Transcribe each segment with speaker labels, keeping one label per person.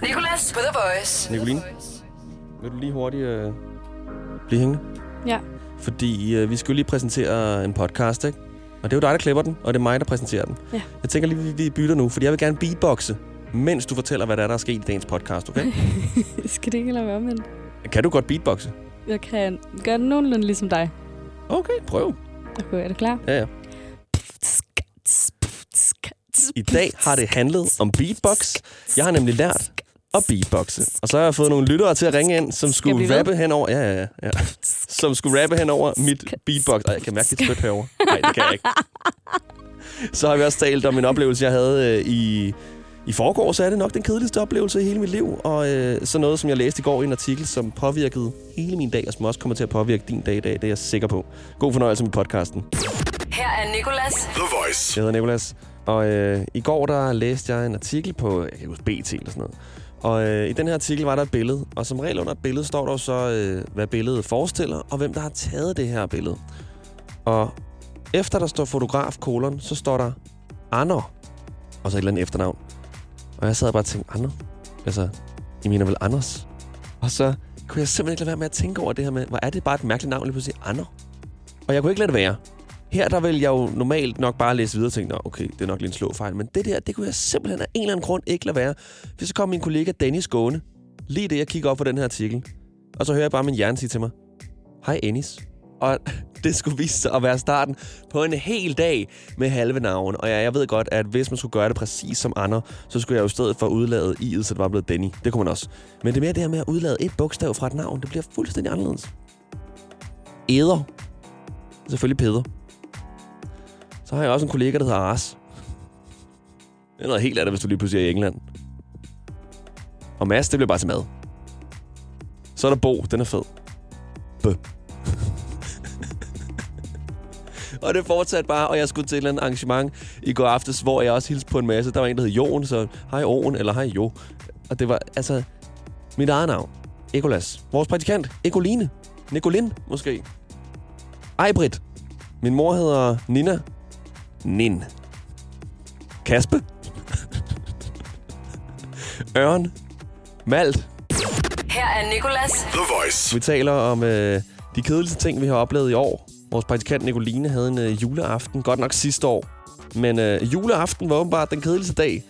Speaker 1: Podcast på The Voice.
Speaker 2: Nicoline, vil du lige hurtigt øh, blive hængende?
Speaker 3: Ja.
Speaker 2: Fordi øh, vi skal jo lige præsentere en podcast, ikke? Og det er jo dig, der klipper den, og det er mig, der præsenterer den.
Speaker 3: Ja.
Speaker 2: Jeg tænker lige, vi, vi bytter nu, fordi jeg vil gerne beatboxe, mens du fortæller, hvad der er, der er sket i dagens podcast, okay?
Speaker 3: Skal det ikke lade være omvendt?
Speaker 2: kan du godt beatboxe?
Speaker 3: Jeg kan gøre det nogenlunde ligesom dig.
Speaker 2: Okay, prøv.
Speaker 3: Okay, er du klar?
Speaker 2: Ja, ja. I dag har det handlet om beatbox. Jeg har nemlig lært at beatboxe. Og så har jeg fået nogle lyttere til at ringe ind, som
Speaker 3: Skal jeg blive
Speaker 2: skulle
Speaker 3: ved?
Speaker 2: rappe henover... Ja, ja, ja, ja. Som skulle rappe henover mit beatbox. Ej, jeg kan mærke dit spyt herovre. Nej, det kan jeg ikke. Så har vi også talt om en oplevelse, jeg havde øh, i... I forgårs er det nok den kedeligste oplevelse i hele mit liv, og øh, så noget, som jeg læste i går i en artikel, som påvirkede hele min dag, og som også kommer til at påvirke din dag i dag, det er jeg sikker på. God fornøjelse med podcasten.
Speaker 1: Her er Nicolas.
Speaker 4: The Voice.
Speaker 2: Jeg hedder Nicolas, og øh, i går der læste jeg en artikel på, jeg kan ikke huske, BT eller sådan noget. Og øh, i den her artikel var der et billede, og som regel under et billede står der jo så, øh, hvad billedet forestiller, og hvem der har taget det her billede. Og efter der står fotograf kolon, så står der Anner, og så et eller andet efternavn. Og jeg sad bare og tænkte, Anner? Altså, I mener vel Anders? Og så kunne jeg simpelthen ikke lade være med at tænke over det her med, hvor er det bare et mærkeligt navn lige pludselig, Anner? Og jeg kunne ikke lade det være. Her der vil jeg jo normalt nok bare læse videre og tænke, "Nå, okay, det er nok lige en slåfejl. Men det der, det kunne jeg simpelthen af en eller anden grund ikke lade være. For så kom min kollega Dennis gående, lige det jeg kigger op på den her artikel. Og så hører jeg bare min hjerne sige til mig, hej Ennis. Og det skulle vise sig at være starten på en hel dag med halve navn. Og ja, jeg ved godt, at hvis man skulle gøre det præcis som andre, så skulle jeg jo i stedet for udlade i'et, så det var blevet Denny. Det kunne man også. Men det er mere det her med at udlade et bogstav fra et navn. Det bliver fuldstændig anderledes. Æder. Selvfølgelig Peder. Så har jeg også en kollega, der hedder Ars. Det er noget helt andet, hvis du lige pludselig er i England. Og Mads, det bliver bare til mad. Så er der Bo, den er fed. B. og det fortsatte bare, og jeg skulle til et eller andet arrangement i går aftes, hvor jeg også hilste på en masse. Der var en, der hed Jon, så hej Oen, eller hej Jo. Og det var altså mit eget navn. Ekolas. Vores praktikant, Ekoline. Nicolin, måske. Ej, Britt. Min mor hedder Nina. Nin. Kaspe. Ørn. Malt.
Speaker 1: Her er Nicolas.
Speaker 4: The Voice.
Speaker 2: Vi taler om øh, de kedeligste ting, vi har oplevet i år. Vores praktikant Nicoline havde en øh, juleaften, godt nok sidste år. Men øh, juleaften var åbenbart den kedeligste dag,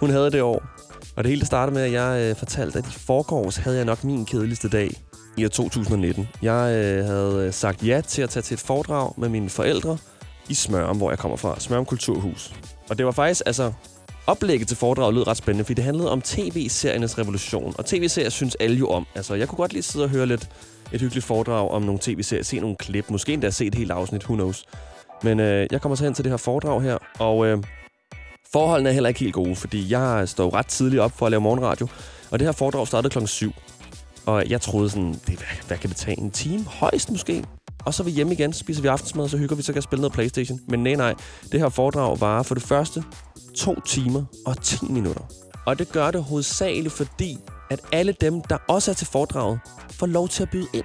Speaker 2: hun havde det år. Og det hele startede med, at jeg øh, fortalte, at i forgårs havde jeg nok min kedeligste dag i år 2019. Jeg øh, havde øh, sagt ja til at tage til et foredrag med mine forældre i Smørum, hvor jeg kommer fra. Smørum Kulturhus. Og det var faktisk, altså, oplægget til foredraget lød ret spændende, fordi det handlede om tv-seriernes revolution. Og tv-serier synes alle jo om. Altså, jeg kunne godt lige sidde og høre lidt et hyggeligt foredrag om nogle tv-serier, se nogle klip, måske endda se et helt afsnit, who knows. Men øh, jeg kommer så hen til det her foredrag her, og øh, forholdene er heller ikke helt gode, fordi jeg står jo ret tidligt op for at lave morgenradio, og det her foredrag startede klokken 7. Og jeg troede sådan, det, hvad, hvad kan det tage? En time? Højst måske? Og så er vi hjemme igen, spiser vi aftensmad, så hygger vi, så kan jeg spille noget Playstation. Men nej, nej. Det her foredrag varer for det første to timer og 10 minutter. Og det gør det hovedsageligt, fordi at alle dem, der også er til foredraget, får lov til at byde ind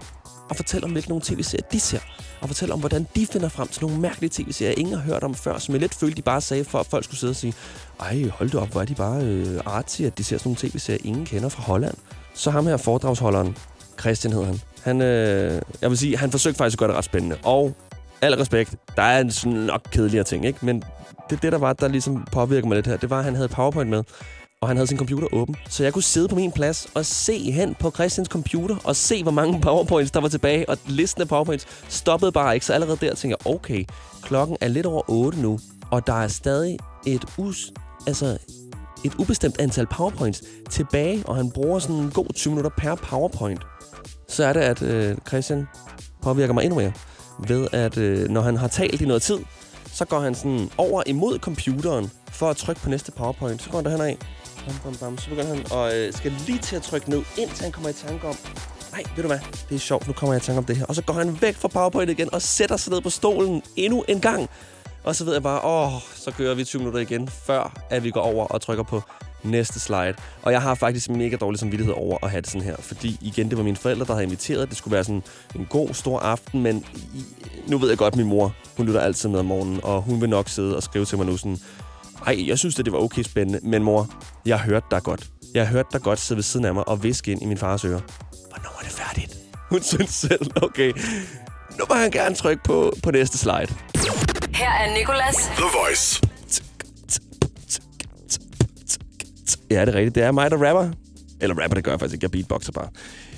Speaker 2: og fortælle om, hvilke nogle tv-serier de ser. Og fortælle om, hvordan de finder frem til nogle mærkelige tv-serier, ingen har hørt om før, som jeg lidt følte, de bare sagde, for at folk skulle sidde og sige, ej, hold da op, hvor er de bare øh, artige, at de ser sådan nogle tv-serier, ingen kender fra Holland. Så ham her, foredragsholderen, Christian hed han, han, øh, jeg vil sige, han forsøgte faktisk at gøre det ret spændende. Og al respekt, der er en sådan nok kedeligere ting, ikke? Men det, det der var, der ligesom påvirker mig lidt her, det var, at han havde PowerPoint med, og han havde sin computer åben. Så jeg kunne sidde på min plads og se hen på Christians computer og se, hvor mange powerpoints der var tilbage. Og listen af powerpoints stoppede bare ikke. Så allerede der tænkte jeg, okay, klokken er lidt over 8 nu, og der er stadig et us... Altså, et ubestemt antal powerpoints tilbage, og han bruger sådan en god 20 minutter per powerpoint. Så er det, at øh, Christian påvirker mig endnu mere ved, at øh, når han har talt i noget tid, så går han sådan over imod computeren for at trykke på næste powerpoint. Så går han derhen af. Bam, bam, bam. Så begynder han og øh, skal lige til at trykke ned, indtil han kommer i tanke om, nej, ved du hvad, det er sjovt, nu kommer jeg i tanke om det her. Og så går han væk fra powerpoint igen og sætter sig ned på stolen endnu en gang. Og så ved jeg bare, åh, så kører vi 20 minutter igen, før at vi går over og trykker på næste slide. Og jeg har faktisk mega dårlig samvittighed over at have det sådan her, fordi igen, det var mine forældre, der havde inviteret. Det skulle være sådan en god, stor aften, men i, nu ved jeg godt, at min mor, hun lytter altid med om morgenen, og hun vil nok sidde og skrive til mig nu sådan, ej, jeg synes, at det var okay spændende, men mor, jeg hørte dig godt. Jeg hørte dig godt sidde ved siden af mig og viske ind i min fars øre. Hvornår er det færdigt? Hun synes selv, okay. Nu må han gerne trykke på, på næste slide.
Speaker 1: Her er Nicolas.
Speaker 4: The Voice.
Speaker 2: Ja, det er rigtigt. Det er mig, der rapper. Eller rapper, det gør jeg faktisk ikke. Jeg beatboxer bare.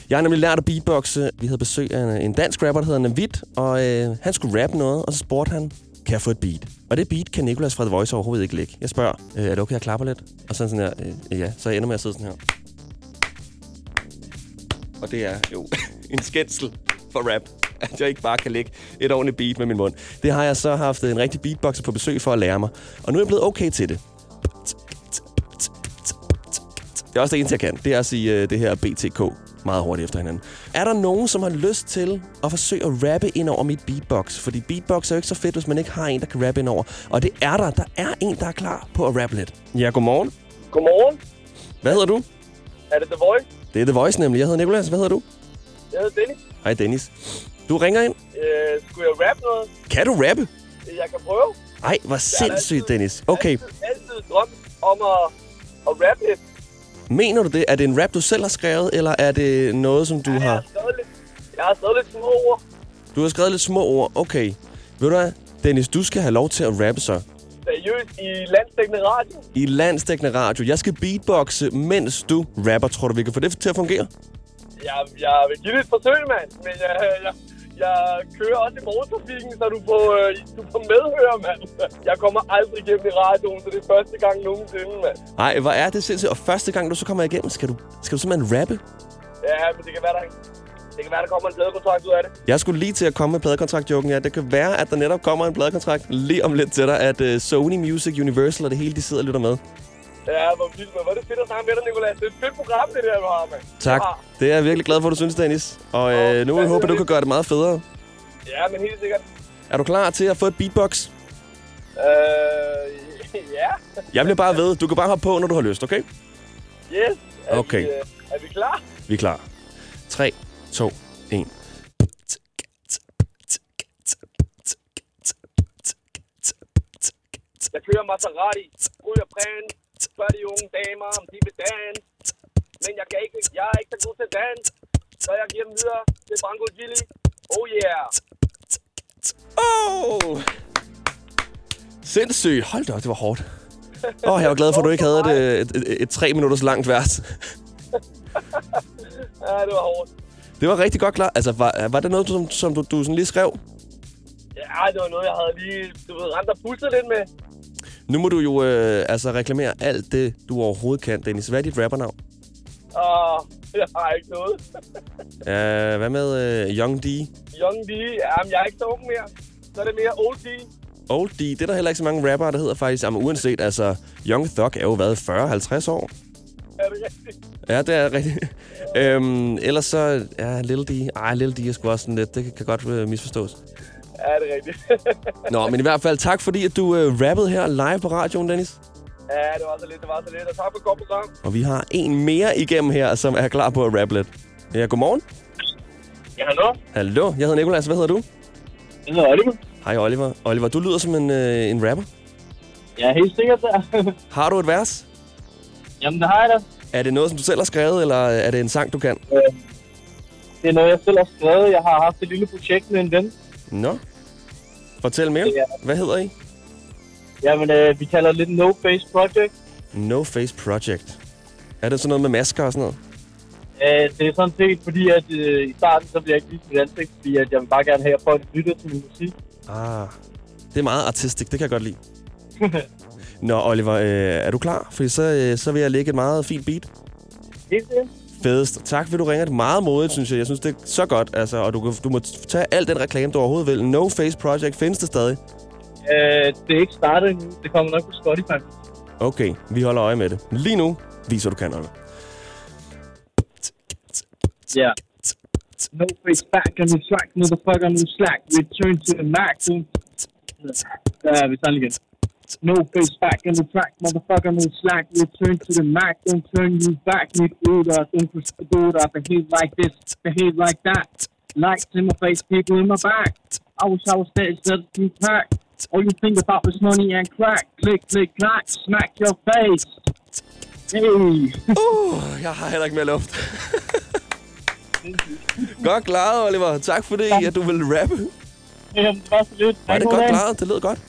Speaker 2: Jeg har nemlig lært at beatboxe. Vi havde besøg af en, en dansk rapper, der hedder Navid, og øh, han skulle rappe noget, og så spurgte han, kan jeg få et beat? Og det beat kan Nicolas fra The Voice overhovedet ikke lægge. Jeg spørger, øh, er det okay, jeg klapper lidt? Og så er han sådan her, øh, ja. Så jeg ender med at sidde sådan her. Og det er jo en skændsel for rap, at jeg ikke bare kan lægge et ordentligt beat med min mund. Det har jeg så haft en rigtig beatboxer på besøg for at lære mig. Og nu er jeg blevet okay til det. Det er også det eneste, jeg kan. Det er at sige øh, det her BTK meget hurtigt efter hinanden. Er der nogen, som har lyst til at forsøge at rappe ind over mit beatbox? Fordi beatbox er jo ikke så fedt, hvis man ikke har en, der kan rappe ind over. Og det er der. Der er en, der er klar på at rappe lidt. Ja, godmorgen.
Speaker 5: Godmorgen.
Speaker 2: Hvad hedder du?
Speaker 5: Er det The Voice?
Speaker 2: Det er The Voice nemlig. Jeg hedder Nikolas. Hvad hedder du?
Speaker 5: Jeg hedder Dennis.
Speaker 2: Hej, Dennis. Du ringer ind.
Speaker 5: Øh, skulle jeg rappe noget?
Speaker 2: Kan du rappe?
Speaker 5: Jeg kan prøve.
Speaker 2: Ej, hvor sindssygt,
Speaker 5: altid-
Speaker 2: Dennis. Okay,
Speaker 5: Altid, altid drømt om at, at rappe lidt.
Speaker 2: mener du det? Er det en rap, du selv har skrevet, eller er det noget, som du
Speaker 5: Jeg
Speaker 2: har...
Speaker 5: har skrevet lidt, jeg har skrevet lidt små ord.
Speaker 2: Du har skrevet lidt små ord. Okay. Ved du hvad? Dennis, du skal have lov til at rappe så.
Speaker 5: Seriøst i landstækkende radio.
Speaker 2: i landstækkende radio. Jeg skal beatboxe, mens du rapper. Tror du, vi kan få det til at fungere?
Speaker 5: Jeg, jeg vil give det et forsøg, mand. Men jeg, jeg, jeg kører også i motortrafikken, så du får, øh, du får medhør, mand. Jeg kommer aldrig igennem i radioen, så det er første gang nogensinde, mand.
Speaker 2: Nej, hvor er det sindssygt. Og første gang, du så kommer igennem, skal du, skal du simpelthen rappe?
Speaker 5: Ja, men det kan være, der, det kan være, der kommer en pladekontrakt ud af det.
Speaker 2: Jeg skulle lige til at komme med pladekontrakt-joken her. Det kan være, at der netop kommer en pladekontrakt lige om lidt til dig, at øh, Sony Music, Universal og det hele, de sidder og lytter med.
Speaker 5: Ja, hvor vildt, mand. Hvor er det fedt at snakke med dig, Nicolas. Det er et fedt program, det der, du har, mand. Ah,
Speaker 2: Tak.
Speaker 5: Du har-
Speaker 2: Det er jeg virkelig glad for, du synes, Dennis. Og øh, nu vil jeg håbe, at du kan gøre det meget federe.
Speaker 5: Ja, men helt sikkert.
Speaker 2: Er du klar til at få et beatbox?
Speaker 5: Øh, ja.
Speaker 2: Jeg bliver bare ved. Du kan bare hoppe på, når du har lyst, okay?
Speaker 5: Yes. Er
Speaker 2: Okay.
Speaker 5: Vi, øh, er vi klar?
Speaker 2: Vi er klar. 3, 2, 1.
Speaker 5: Jeg kører Maserati, ryger brænd, spørger de unge damer, om de vil danse. Men jeg, kan ikke, jeg er ikke så god til dans, så jeg giver dem videre til Franco Gilly. Oh yeah.
Speaker 2: Oh! Sindssygt. Hold da op, det var hårdt. Åh, oh, jeg var glad for, at du ikke havde et, et, et, et tre minutters langt vers.
Speaker 5: Ja, det var hårdt.
Speaker 2: Det var rigtig godt klar. Altså, var, var det noget, som, som du, du sådan lige skrev?
Speaker 5: Ja, det var noget, jeg havde lige, du ved, ramt og pustet lidt med.
Speaker 2: Nu må du jo øh, altså reklamere alt det, du overhovedet kan, Dennis. Hvad er dit rappernavn?
Speaker 5: Og jeg har ikke noget.
Speaker 2: Uh, hvad med øh, Young D?
Speaker 5: Young D, jamen, jeg er ikke så ung mere. Så er det mere old D.
Speaker 2: Old D? Det er der heller ikke så mange rappere, der hedder faktisk. Jamen, uanset, altså, Young Thug er jo været 40-50 år.
Speaker 5: Er det rigtigt?
Speaker 2: Ja, det er rigtigt. øhm, ellers så, ja, Lil D. Ej, Lil D er sgu også sådan lidt, det kan- kan godt øh, misforstås.
Speaker 5: Ja, det er rigtigt.
Speaker 2: Nå, men i hvert fald tak, fordi at du øh, rappede her live på radioen, Dennis.
Speaker 5: ja, det var så lidt, det var så lidt. Og tak for et godt program.
Speaker 2: Og vi har en mere igennem her, som er klar på at rappe lidt. Ja, godmorgen.
Speaker 5: Ja, hallo.
Speaker 2: Hallo, jeg hedder Nikolas. Hvad hedder du?
Speaker 5: Jeg hedder Oliver.
Speaker 2: Hej, Oliver. Oliver, du lyder som en, øh, en rapper.
Speaker 5: Ja, helt sikkert der.
Speaker 2: Har du et vers?
Speaker 5: Jamen, det har jeg da.
Speaker 2: Er det noget, som du selv har skrevet, eller er det en sang, du kan?
Speaker 5: Øh, Det er noget, jeg selv har skrevet. Jeg har haft et lille projekt med en ven.
Speaker 2: Nå. Fortæl mere.
Speaker 5: Ja.
Speaker 2: Hvad hedder I?
Speaker 5: Jamen, øh, vi kalder det lidt No Face Project.
Speaker 2: No Face Project. Er det sådan noget med masker og sådan noget?
Speaker 5: Øh, det er sådan set fordi, at øh, i starten så bliver jeg ikke vist mit ansigt, fordi at jeg vil bare gerne have, at folk lytter til min musik.
Speaker 2: Ah, det er meget artistisk. Det kan jeg godt lide. Nå, Oliver, øh, er du klar? Fordi så, øh, så vil jeg lægge et meget fint beat.
Speaker 5: Helt sikkert.
Speaker 2: Fedest. Tak, fordi du ringer. Det er meget modigt, synes jeg. Jeg synes, det er så godt. Altså, og du, kan- du må tage al den reklame, du overhovedet vil. No Face Project findes det stadig.
Speaker 5: Øh, det er ikke startet endnu. Det kommer nok på Spotify.
Speaker 2: Okay, vi holder øje med det. Lige nu viser du kan, Oliver.
Speaker 5: Ja. No face back on the track, motherfucker, no slack. Return to the Mac. Der er vi sådan igen. No face back on the track, motherfucker, no slack. Return to the Mac, don't turn you back. Need order, don't do that. Behave like this, behave like that. Lights in my face, people in my back. I wish I was there instead of you pack. All you think about is money and crack. Click, click, clack, smack your face. Hey.
Speaker 2: Uh, jeg har heller ikke mere luft. godt klaret, Oliver. Tak for det, at du ville rappe.
Speaker 5: Jamen, det var så lidt.
Speaker 2: Var det godt klaret? Det lød godt.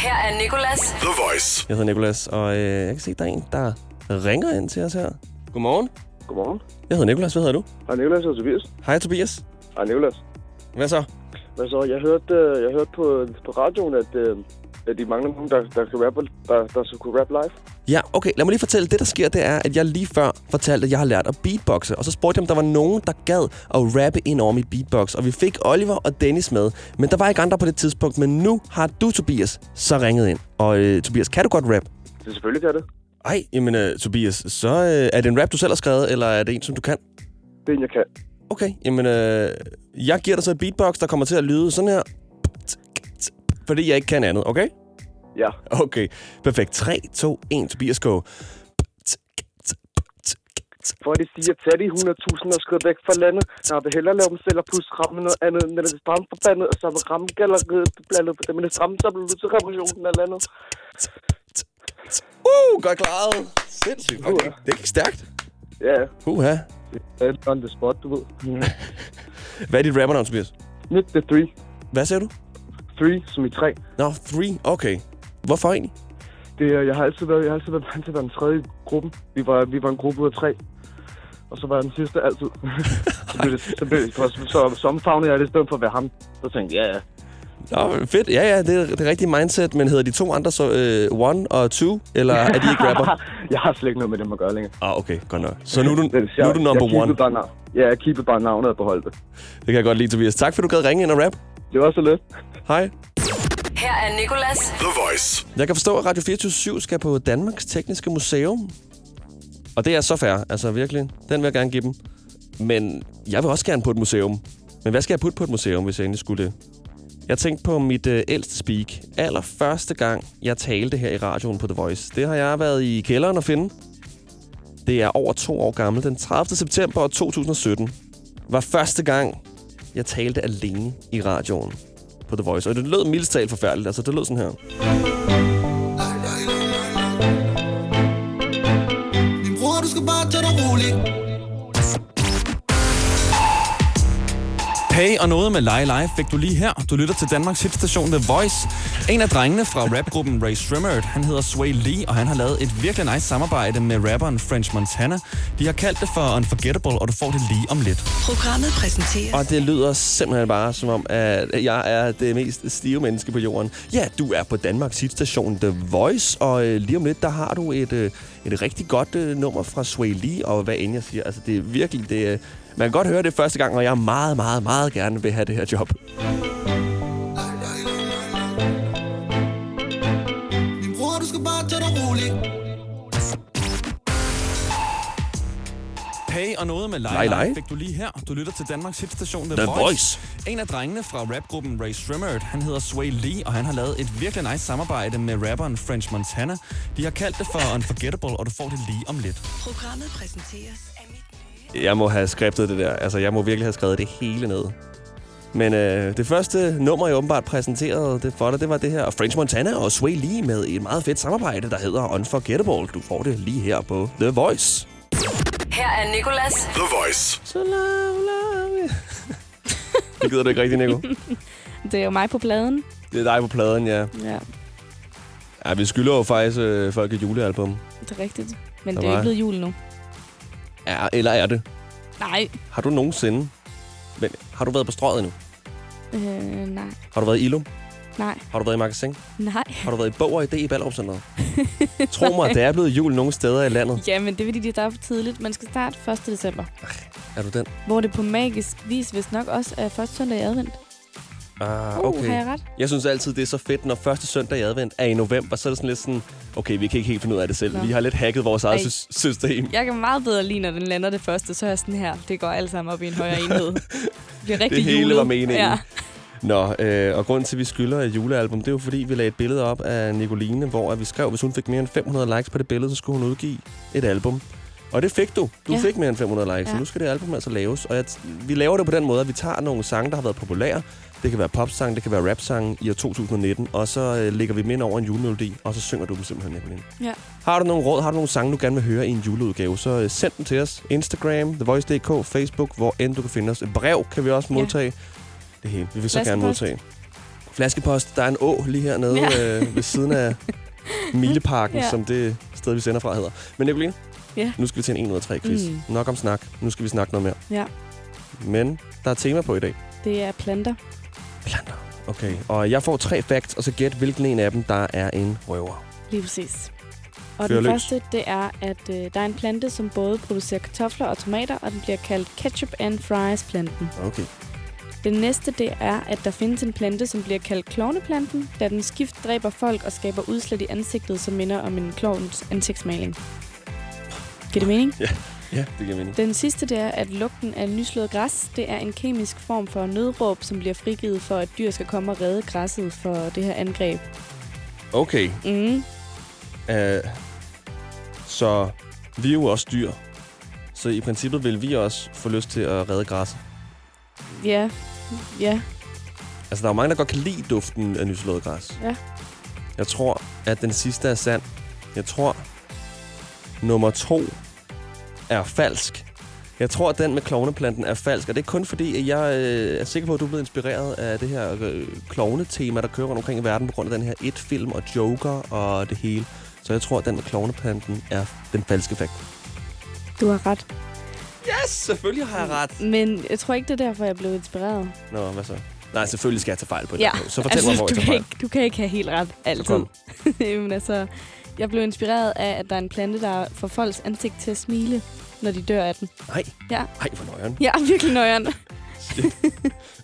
Speaker 1: Her er Nicolas.
Speaker 4: The Voice.
Speaker 2: Jeg hedder Nikolas, og øh, jeg kan se, der er en, der ringer ind til os her. Godmorgen.
Speaker 6: Godmorgen.
Speaker 2: Jeg hedder Nikolas. Hvad hedder du?
Speaker 6: Hej Nicolas og Tobias.
Speaker 2: Hej, Tobias.
Speaker 6: Hej Nicolas.
Speaker 2: Hvad så?
Speaker 6: Hvad så? Jeg hørte, øh, jeg hørte på, på radioen, at, øh, at de mangler nogen, der, der, kan rappe, der, der skal kunne rappe live.
Speaker 2: Ja, okay. Lad mig lige fortælle. Det, der sker, det er, at jeg lige før fortalte, at jeg har lært at beatboxe. Og så spurgte jeg, om der var nogen, der gad at rappe ind over mit beatbox. Og vi fik Oliver og Dennis med. Men der var ikke andre på det tidspunkt. Men nu har du, Tobias, så ringet ind. Og øh, Tobias, kan du godt rap?
Speaker 6: Det er selvfølgelig kan det.
Speaker 2: Ej, jamen øh, Tobias, så øh, er det en rap, du selv har skrevet, eller er det en, som du kan?
Speaker 6: Det er en, jeg kan.
Speaker 2: Okay, jamen øh, jeg giver dig så et beatbox, der kommer til at lyde sådan her. Fordi jeg ikke kan andet, okay?
Speaker 6: Ja.
Speaker 2: Okay, perfekt. 3, 2, 1, Tobias K.
Speaker 6: For de siger, tag de 100.000 og skrid væk fra landet. Når vil hellere lave dem selv og pusse ramme noget andet, end at det er stramme forbandet, og så med ramme galleriet blandet på dem, men det stramme, så bliver du til revolutionen af landet.
Speaker 2: Uh, godt klaret. Sindssygt. Okay, det gik stærkt.
Speaker 6: Ja,
Speaker 2: Uha.
Speaker 6: det er on the spot, du ved.
Speaker 2: Hvad er dit rappernavn, Tobias?
Speaker 6: Nyt the three.
Speaker 2: Hvad siger du?
Speaker 6: Three, som i tre.
Speaker 2: Nå, 3. Okay. Hvorfor egentlig?
Speaker 6: Det, er- jeg har altid været, jeg har altid været vant til at være den tredje i gruppen. Vi var, vi var en gruppe ud af tre. Og så var jeg den sidste altid. så, blev det, så, blev det, så, så, så omfavnede jeg det i stedet for at være ham. Så tænkte jeg, ja, ja.
Speaker 2: Nå, fedt. Ja, ja, det er det rigtige mindset. Men hedder de to andre så øh, One og Two? Eller er de ikke rapper?
Speaker 6: jeg har slet ikke noget med dem at gøre længere.
Speaker 2: Ah, okay. Godt nok. Så nu er du,
Speaker 6: Det er
Speaker 2: nu er
Speaker 6: sjovt.
Speaker 2: du number
Speaker 6: jeg
Speaker 2: one.
Speaker 6: keepede Bare navn. Ja, jeg keepede bare navnet og beholdt det.
Speaker 2: Det kan jeg godt lide, Tobias. Tak, fordi du gad ringe ind og rap.
Speaker 6: Det var så lidt.
Speaker 2: Hej.
Speaker 1: Her er Nicolas.
Speaker 4: The Voice.
Speaker 2: Jeg kan forstå, at Radio 24 skal på Danmarks Tekniske Museum. Og det er så fair. Altså virkelig. Den vil jeg gerne give dem. Men jeg vil også gerne på et museum. Men hvad skal jeg putte på et museum, hvis jeg endelig skulle det? Jeg tænkte på mit øh, ældste speak. Allerførste gang, jeg talte her i radioen på The Voice. Det har jeg været i kælderen at finde. Det er over to år gammel. Den 30. september 2017 var første gang, jeg talte alene i radioen på The Voice. Og det lød mildest talt forfærdeligt. Altså, det lød sådan her.
Speaker 7: Min bror, du skal bare tage dig roligt.
Speaker 8: Hey og noget med Lege Lege fik du lige her. Du lytter til Danmarks hitstation The Voice. En af drengene fra rapgruppen Ray Shrimmerd, han hedder Sway Lee, og han har lavet et virkelig nice samarbejde med rapperen French Montana. De har kaldt det for Unforgettable, og du får det lige om lidt.
Speaker 9: Programmet præsenteres
Speaker 2: Og det lyder simpelthen bare som om, at jeg er det mest stive menneske på jorden. Ja, du er på Danmarks hitstation The Voice, og øh, lige om lidt, der har du et, øh, et rigtig godt øh, nummer fra Sway Lee, og hvad end jeg siger. Altså, det er virkelig, det, øh, man kan godt høre det er første gang, og jeg meget, meget, meget gerne vil have det her job.
Speaker 7: Min bror, du skal bare tage dig roligt.
Speaker 8: Hey og noget med
Speaker 2: Lege
Speaker 8: Lege
Speaker 2: Lege.
Speaker 8: Lege fik du lige her. Du lytter til Danmarks hitstation The,
Speaker 2: The Voice.
Speaker 8: En af drengene fra rapgruppen Ray Shrimmerd, han hedder Sway Lee, og han har lavet et virkelig nice samarbejde med rapperen French Montana. De har kaldt det for Unforgettable, og du får det lige om lidt.
Speaker 9: Programmet præsenteres af mit nye
Speaker 2: Jeg må have skrevet det der. Altså, jeg må virkelig have skrevet det hele ned. Men øh, det første nummer, jeg åbenbart præsenterede det for dig, det var det her French Montana og Sway Lee med et meget fedt samarbejde, der hedder Unforgettable. Du får det lige her på The Voice.
Speaker 1: Her er Nicolas.
Speaker 4: The Voice.
Speaker 2: Så love, love Det gider du ikke rigtigt, Nico.
Speaker 3: Det er jo mig på pladen.
Speaker 2: Det er dig på pladen, ja.
Speaker 3: Ja,
Speaker 2: Ja, vi skylder jo faktisk øh, folk et julealbum.
Speaker 3: det er rigtigt. Men
Speaker 2: Der
Speaker 3: det er jo
Speaker 2: var-
Speaker 3: ikke blevet jul nu.
Speaker 2: Ja, eller er det?
Speaker 3: Nej.
Speaker 2: Har du nogensinde... Men, har du været på strøget endnu?
Speaker 3: Øh, nej.
Speaker 2: Har du været i Ilum?
Speaker 3: Nej.
Speaker 2: Har du været i magasin?
Speaker 3: Nej.
Speaker 2: Har du været i Bog og ID i Ballerupcenteret? Tro mig, det er blevet jul nogle steder i landet.
Speaker 3: Jamen, det er fordi, de er for tidligt. Man skal starte 1. december.
Speaker 2: Er du den?
Speaker 3: Hvor det på magisk vis, hvis nok også er første søndag i advent.
Speaker 2: Ah,
Speaker 3: Uh, har jeg ret?
Speaker 2: Jeg synes altid, det er så fedt, når første søndag i advent er i november, så er det sådan lidt sådan, okay, vi kan ikke helt finde ud af det selv.
Speaker 3: Nå.
Speaker 2: Vi har lidt hacket vores eget
Speaker 3: Ej.
Speaker 2: sy- system.
Speaker 3: Jeg kan meget bedre lide, når den lander det første. Så er jeg sådan her. Det går alt sammen op i en højere enhed. Det bliver rigtig
Speaker 2: Det hele
Speaker 3: julet.
Speaker 2: var meningen.
Speaker 3: Ja.
Speaker 2: Nå, øh, og grunden til, at vi skylder et julealbum, det er jo fordi, vi lagde et billede op af Nicoline, hvor at vi skrev, at hvis hun fik mere end 500 likes på det billede, så skulle hun udgive et album. Og det fik du. Du ja.
Speaker 3: Ja.
Speaker 2: fik mere end 500 likes, ja.
Speaker 3: Ja.
Speaker 2: og nu skal det album altså laves. Og jeg t- vi laver det på den måde, at vi tager nogle sange, der har været populære. Det kan være popsang, det kan være rapsang i år 2019. Og så øh, lægger vi dem ind over en julemelodi, og så synger du dem simpelthen, Nicoline.
Speaker 3: Ja.
Speaker 2: Har du nogle råd, har du nogle sange, du gerne vil høre i en juleudgave, så øh, send dem til os. Instagram, TheVoice.dk, Facebook, hvor end du kan finde os. Et brev kan vi også
Speaker 3: Ja.
Speaker 2: modtage. Det hele. Vi vil så gerne
Speaker 3: Flaskepost.
Speaker 2: modtage. Flaskepost. Der er en å lige hernede ja.
Speaker 3: Ja.
Speaker 2: øh, ved siden af Mileparken, ja.
Speaker 3: Ja.
Speaker 2: som det sted, vi sender fra, hedder. Men Nicoline,
Speaker 3: Ja.
Speaker 2: nu skal vi til en 1 ud af 3 quiz. Mm.
Speaker 3: Mm.
Speaker 2: Nok om snak. Nu skal vi snakke noget mere.
Speaker 3: Ja.
Speaker 2: Men der er tema på i dag.
Speaker 3: Det er planter.
Speaker 2: Planter. Okay, og jeg får tre facts, og så gæt, hvilken en af dem, der er en røver.
Speaker 3: Lige præcis. Og
Speaker 2: Fyr
Speaker 3: den
Speaker 2: løs.
Speaker 3: første, det er, at øh, der er en plante, som både producerer kartofler og tomater, og den bliver kaldt ketchup and fries-planten.
Speaker 2: Okay.
Speaker 3: Den næste, det er, at der findes en plante, som bliver kaldt klovneplanten, da den skift dræber folk og skaber udslæt i ansigtet, som minder om en klovns ansigtsmaling. Giver det mening?
Speaker 2: Ja, det giver mening.
Speaker 3: Den sidste, det er, at lugten af nyslået græs, det er en kemisk form for nødråb, som bliver frigivet for, at dyr skal komme og redde græsset for det her angreb.
Speaker 2: Okay,
Speaker 3: Mm.
Speaker 2: Øh, så vi er jo også dyr. Så i princippet vil vi også få lyst til at redde græs.
Speaker 3: Ja. Ja.
Speaker 2: Altså, der er jo mange, der godt kan lide duften af nyslået græs.
Speaker 3: Ja.
Speaker 2: Jeg tror, at den sidste er sand. Jeg tror, nummer to er falsk. Jeg tror, at den med klovneplanten er falsk. Og det er kun fordi, at jeg øh, er sikker på, at du er blevet inspireret af det her øh, klovnetema, der kører rundt omkring i verden på grund af den her et-film og Joker og det hele. Så jeg tror, at den med klovneplanten er den falske fakt.
Speaker 3: Du har ret.
Speaker 2: Yes, selvfølgelig har jeg
Speaker 3: Mm.
Speaker 2: ret.
Speaker 3: Men jeg tror ikke, det er derfor, jeg blev inspireret.
Speaker 2: Nå, hvad så? Nej, selvfølgelig skal jeg tage fejl på det.
Speaker 3: Ja,
Speaker 2: punkt. Så fortæl altså, mig, hvor jeg
Speaker 3: du,
Speaker 2: tager
Speaker 3: kan
Speaker 2: fejl.
Speaker 3: ikke, du kan ikke have helt ret altid.
Speaker 2: kom.
Speaker 3: Jamen altså, jeg blev inspireret af, at der er en plante, der får folks ansigt til at smile, når de dør af den.
Speaker 2: Nej,
Speaker 3: Ja.
Speaker 2: nej, for nøjeren.
Speaker 3: Ja, virkelig nøjeren.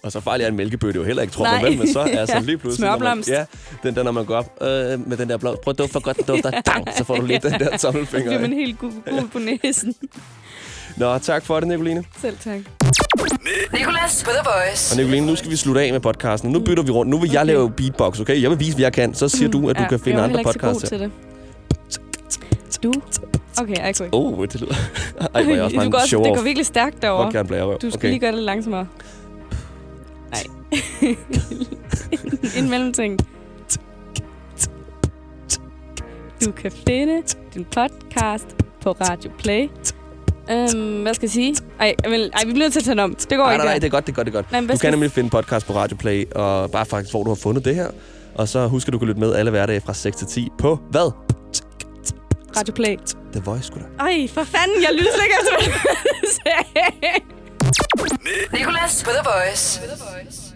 Speaker 2: Og så fejler jeg en mælkebøtte jo heller ikke, tror
Speaker 3: Nej.
Speaker 2: man vel, men så er altså
Speaker 3: Ja.
Speaker 2: lige pludselig... når Man,
Speaker 3: Smørblomst.
Speaker 2: ja, den der, når man går op øh, med den der blomst. Prøv at dufte for godt, den dufter. Dang, så får du lige den der
Speaker 3: Så
Speaker 2: tommelfinger.
Speaker 3: bliver man
Speaker 2: af.
Speaker 3: helt gul, gul på næsen.
Speaker 2: Nå, tak for det, Nicoline.
Speaker 3: Selv tak.
Speaker 1: Nicolas på The Voice.
Speaker 2: Og Nicoline, nu skal vi slutte af med podcasten. Nu bytter vi rundt. Nu vil jeg
Speaker 3: Okay. Mm.
Speaker 2: lave beatbox, okay? Jeg vil vise, hvad jeg kan. Så siger du, at du
Speaker 3: Ja,
Speaker 2: kan finde
Speaker 3: jeg
Speaker 2: andre
Speaker 3: var heller ikke så god
Speaker 2: podcasts.
Speaker 3: til det. Du? Okay, jeg kunne ikke.
Speaker 2: Åh, oh, det lyder... Ej, hvor er jeg også bare
Speaker 3: du går
Speaker 2: en
Speaker 3: også,
Speaker 2: show
Speaker 3: det går
Speaker 2: off.
Speaker 3: virkelig stærkt
Speaker 2: Fuck,
Speaker 3: derovre.
Speaker 2: jeg bliver
Speaker 3: Du skal lige gøre det langsommere. Nej. en mellemting. Du kan finde din podcast på Radio Play. Øhm, hvad skal jeg sige? Ej, men, ej vi bliver nødt til at tage den om. Det går
Speaker 2: Nej,
Speaker 3: ikke.
Speaker 2: nej, nej,
Speaker 3: det
Speaker 2: det er godt, det er godt, det er godt.
Speaker 3: Nej, men hvad
Speaker 2: du kan
Speaker 3: skal-
Speaker 2: nemlig finde podcast på Radio Play, og bare faktisk, hvor du har fundet det her. Og så husk, at du kan lytte med alle hverdage fra 6 til 10 på hvad?
Speaker 3: Radio Play.
Speaker 2: The Voice, sgu da.
Speaker 3: Ej, for fanden, jeg lyder slet ikke efter, hvad du sagde.
Speaker 1: Nicolas på The Voice.